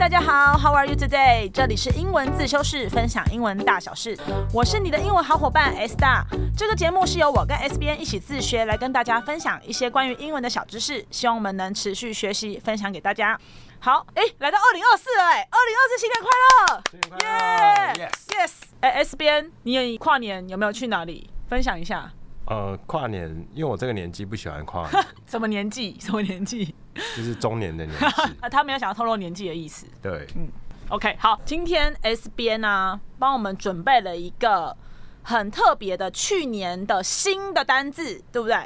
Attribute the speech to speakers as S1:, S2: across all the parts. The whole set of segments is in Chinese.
S1: How are you today？这里是英文自修室，分享英文大小事。我是你的英文好伙伴 S 大。这个节目是由我跟 S 边一起自学，来跟大家分享一些关于英文的小知识，希望我们能持续学习，分享给大家。好，哎，来到二零二四了，哎，二零二四新年快乐！
S2: 新年快
S1: y
S2: 乐
S1: e
S2: ，yes。
S1: s 哎，S 边，你跨年有没有去哪里？分享一下，
S2: 呃，跨年，因为我这个年纪不喜欢跨年，
S1: 什么年纪？什么年纪？
S2: 就是中年的年纪。
S1: 啊，他没有想要透露年纪的意思。
S2: 对，
S1: OK，好，今天 S 边呢、帮我们准备了一个很特别的去年的新的单字，对不对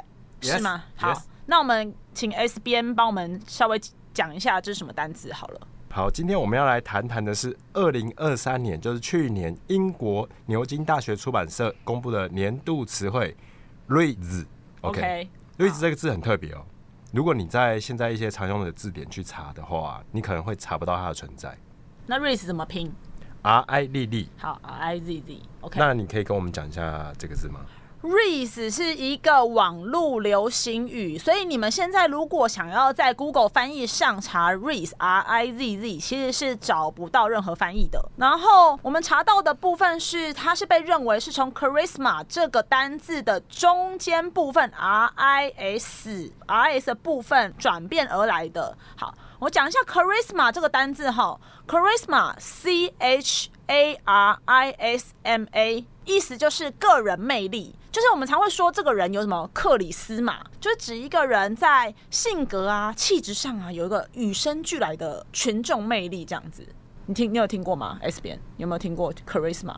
S2: Yes，
S1: 是吗？好
S2: yes
S1: 那我们请 S 边帮我们稍微讲一下这是什么单字好了。
S2: 好，今天我们要来谈谈的是二零二三年，就是去年英国牛津大学出版社公布的年度词汇“瑞子 ”OK，瑞子这个字很特别哦。如果你在现在一些常用的字典去查的话，你可能会查不到它的存在。
S1: 那 raise 怎么拼？
S2: R I 丽丽，
S1: 好，R I Z Z。
S2: 那你可以跟我们讲一下这个字吗？
S1: OK，raise、是一个网络流行语，所以你们现在如果想要在 Google 翻译上查 raise R I Z Z，其实是找不到任何翻译的。然后我们查到的部分是，它是被认为是从 charisma 这个单字的中间部分 R I S R S 的部分转变而来的。好，我讲一下 charisma 这个单字哈，charisma C H A R I S M A，意思就是个人魅力，就是我们常会说这个人有什么克里斯玛，就是指一个人在性格啊、气质上啊有一个与生俱来的群众魅力这样子。你听，你有听过吗？S 边有没有听过 charisma？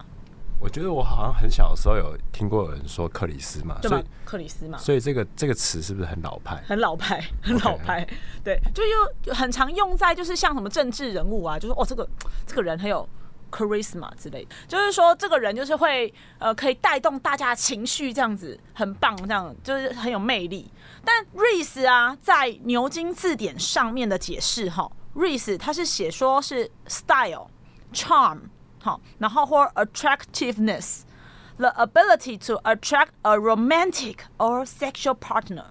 S2: 我觉得我好像很小的时候有听过有人说克里斯嘛，
S1: 对
S2: 所
S1: 吧
S2: 以？
S1: 克里斯玛。
S2: 所以这个这个词是不是很老派？
S1: 很老牌，很老牌对，就又很常用在就是像什么政治人物啊，就是哦这个这个人很有 charisma 之类的，就是说这个人就是会呃可以带动大家的情绪这样子，很棒，这样就是很有魅力。但 Reese 啊，在牛津字典上面的解释哈，Reese 它是写说是 style、charm 好，然后或 attractiveness。The ability to attract a romantic or sexual partner，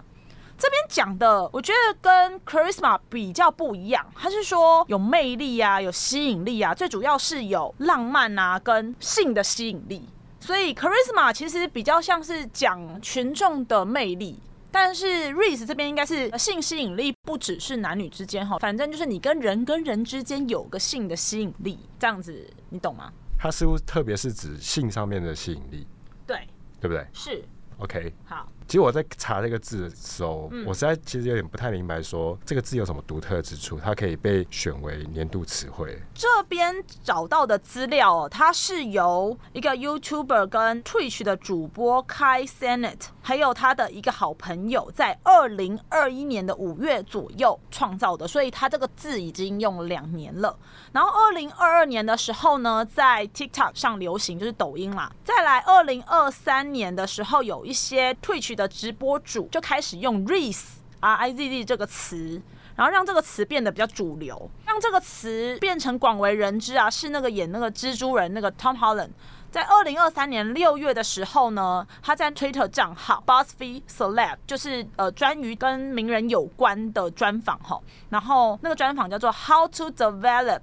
S1: 这边讲的，我觉得跟 charisma 比较不一样，它是说有魅力啊，有吸引力啊，最主要是有浪漫啊跟性的吸引力。所以 charisma 其实比较像是讲群众的魅力，但是 Reese 这边应该是呃性吸引力不只是男女之间哈，反正就是你跟人跟人之间有个性的吸引力，这样子你懂吗？
S2: 它似乎特别是指性上面的吸引力，
S1: 对，
S2: 对不对
S1: 是
S2: ？OK，
S1: 好，
S2: 其实我在查这个字的时候，我实在其实有点不太明白说这个字有什么独特之处，它可以被选为年度词汇。
S1: 这边找到的资料哦，它是由一个 YouTuber 跟 Twitch 的主播 Kai Sennett，还有他的一个好朋友，在二零二一年的五月左右创造的，所以他这个字已经用了两年了。然后二零二二年的时候呢，在 TikTok 上流行，就是抖音啦。再来二零二三年的时候，有一些 Twitch 的直播主就开始用 Reese R I Z Z 这个词，然后让这个词变得比较主流，让这个词变成广为人知啊，是那个演那个蜘蛛人那个 Tom Holland。在二零二三年六月的时候呢，他在 Twitter 账号 BuzzFeed Celeb，就是呃专于跟名人有关的专访哈，然后那个专访叫做 How to Develop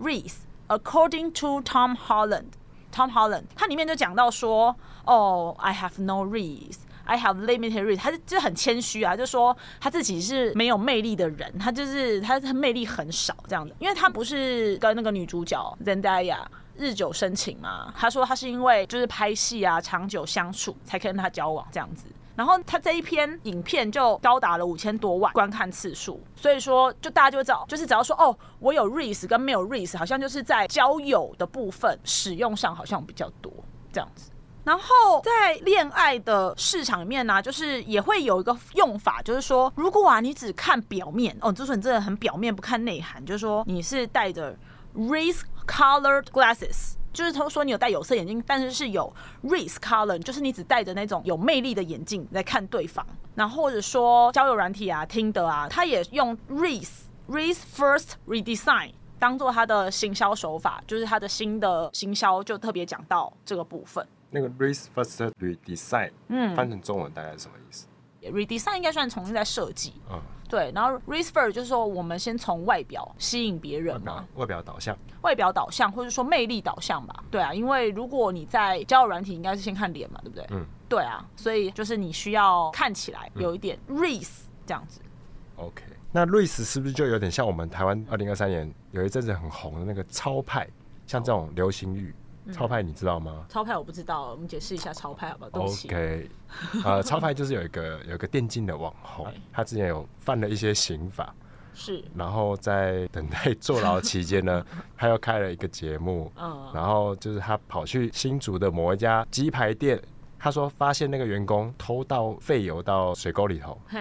S1: Reese According to Tom Holland。Tom Holland，他里面就讲到说，哦、i have no reason。I have limited reach，他就就是很谦虚啊，就说他自己是没有魅力的人，他就是他他魅力很少这样的，因为他不是跟那个女主角 Zendaya 日久生情嘛，他说他是因为就是拍戏啊，长久相处才跟他交往这样子。然后他这一篇影片就高达了五千多万观看次数，所以说就大家就会知道，就是只要说哦，我有 Reese 跟没有 Reese，好像就是在交友的部分使用上好像比较多这样子。然后在恋爱的市场里面呢、就是也会有一个用法，就是说，如果啊你只看表面，哦，就是你真的很表面不看内涵，就是说你是戴着 race colored glasses。就是他说你有戴有色眼镜，但是是有 race color，就是你只戴着那种有魅力的眼镜来看对方。然后或者说交友软体啊、听的啊，他也用 race race first redesign 当做他的行销手法，就是他的新的行销就特别讲到这个部分。
S2: 那个 race first redesign，嗯，翻成中文大概是什么意思？
S1: redesign 应该算重新在设计。
S2: 嗯，
S1: 对，然后 refer 就是说我们先从外表吸引别人
S2: 外
S1: 嘛
S2: 表，外表导向，
S1: 外表导向或者说魅力导向吧。对啊，因为如果你在交友软体，应该是先看脸嘛，对不对？
S2: 嗯，
S1: 对啊，所以就是你需要看起来有一点 res 这样子。
S2: OK，那瑞士是不是就有点像我们台湾二零二三年有一阵子很红的那个超派，像这种流行语，超派你知道吗
S1: 超派我不知道，我们解释一下超派好不好？对不起。
S2: ？OK，呃，超派就是有一个有一个电竞的网红，他之前有犯了一些刑法，
S1: 是，
S2: 然后在等待坐牢期间呢，他又开了一个节目，
S1: 嗯，
S2: 然后就是他跑去新竹的某一家鸡排店，他说发现那个员工偷倒废油到水沟里头，
S1: 嘿，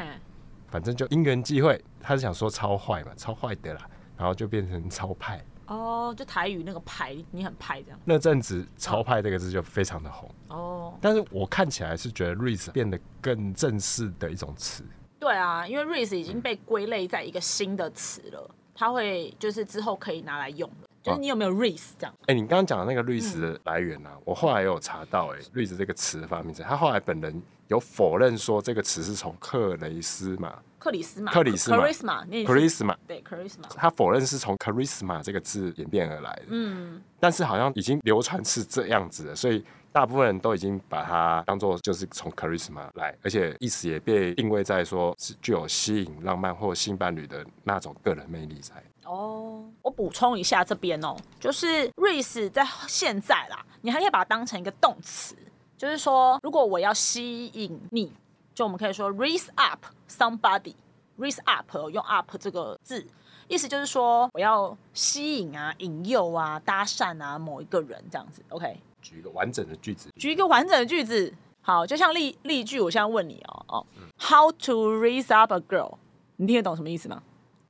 S2: 反正就因缘际会，他是想说超坏嘛，超坏的啦，然后就变成超派。
S1: 哦，就台语那个派，你很派这样。
S2: 那阵子“超派”这个字就非常的红，
S1: 哦，
S2: 但是我看起来是觉得 “ris” 变得更正式的一种词。
S1: 对啊，因为 res 已经被归类在一个新的词了，它会就是之后可以拿来用了。
S2: 哦
S1: 就是你有没有 res 这样？
S2: 哎、你刚刚讲的那个 “ris” 的来源啊，我后来有查到、哎，“ris” 这个词的发明者，他后来本人有否认说这个词是从克雷斯嘛
S1: 克里斯玛，
S2: 克里斯玛
S1: charisma，念一次
S2: （charisma），
S1: 对 charisma，
S2: 他否认是从 “charisma” 这个字演变而来的。
S1: 嗯，
S2: 但是好像已经流传是这样子的，所以大部分人都已经把它当做就是从 charisma 来，而且意思也被定位在说是具有吸引浪漫或性伴侣的那种个人魅力在。
S1: 哦，我补充一下这边哦，就是 res 在现在啦，你还可以把它当成一个动词，就是说，如果我要吸引你，就我们可以说 res up somebody，res up 哦用 up 这个字，意思就是说我要吸引啊、引诱啊、搭讪啊某一个人这样子，OK。
S2: 举一个完整的句子，
S1: 举一个完整的句子。好，就像例例句，我现在问你哦哦、h o w to raise up a girl？你听得懂什么意思吗？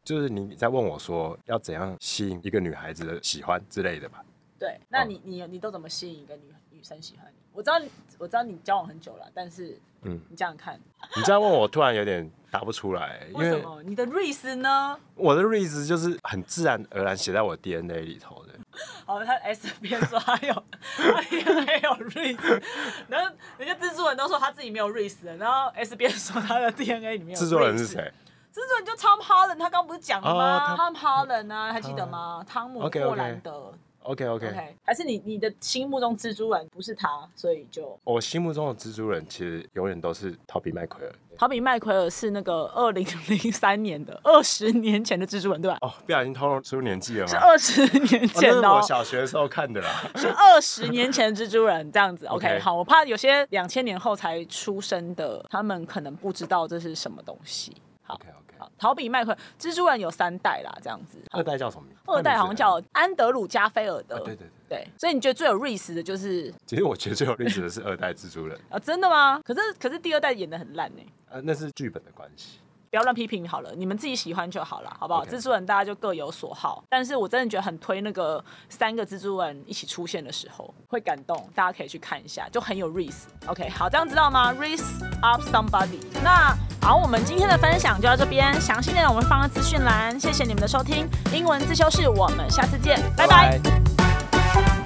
S2: 就是你在问我说要怎样吸引一个女孩子的喜欢之类的吧？
S1: 对，那
S2: 嗯
S1: 你、你你都怎么吸引一个女女生喜欢你？我知道你我知道你交往很久了，但是
S2: 嗯
S1: 你这样看，
S2: 你这样问我，突然有点答不出来，因
S1: 为什
S2: 为
S1: 么你的 raise 呢？
S2: 我的 reads 就是很自然而然写在我 DNA 里头的。
S1: 哦，他 S 边说他有他也有 raise，然后人家制作人都说他自己没有 raise，的然后 S 边说他的 DNA 里面有
S2: 制作人是
S1: raise
S2: 谁？
S1: 制作人就 Tom Holland，他刚不是讲了吗、
S2: 哦嗯
S1: t o m Holland 啊，还记得吗？汤姆
S2: OK，OK
S1: 霍兰德
S2: OK OK，,
S1: OK，还是你你的心目中蜘蛛人不是他，所以就
S2: 我心目中的蜘蛛人其实永远都是逃避麦奎尔。
S1: 好比麦奎尔是那个二零零三年的二十年前的蜘蛛人对吧？
S2: 哦，不小心透露出年纪了吗？
S1: 是二十年
S2: 哦那
S1: 前
S2: 是
S1: 的、哦
S2: 我，小学的时候看的啦。
S1: 是二十年前的蜘蛛人这样子。OK，,
S2: OK
S1: 好，我怕有些两千年后才出生的，他们可能不知道这是什么东西。好
S2: OK OK，
S1: 好，逃比麦奎尔蜘蛛人有三代啦，这样子。
S2: 二代叫什么名字？
S1: 二代好像
S2: 啊
S1: 叫安德鲁加菲尔德，
S2: 呃哦对对对。
S1: 对，所以你觉得最有 ris 的就是
S2: 啊其实我觉得最有意思的是二代蜘蛛人，
S1: 啊，真的吗？可是可是第二代演的很烂呢、欸
S2: 呃，那是剧本的关系。
S1: 不要乱批评好了，你们自己喜欢就好了，好不好
S2: OK
S1: 蜘蛛人大家就各有所好，但是我真的觉得很推那个三个蜘蛛人一起出现的时候会感动，大家可以去看一下，就很有 ris。OK，好，这样知道吗？ris up somebody。那好，我们今天的分享就到这边，详细内容我们放在资讯栏。谢谢你们的收听，英文自修室，我们下次见，拜拜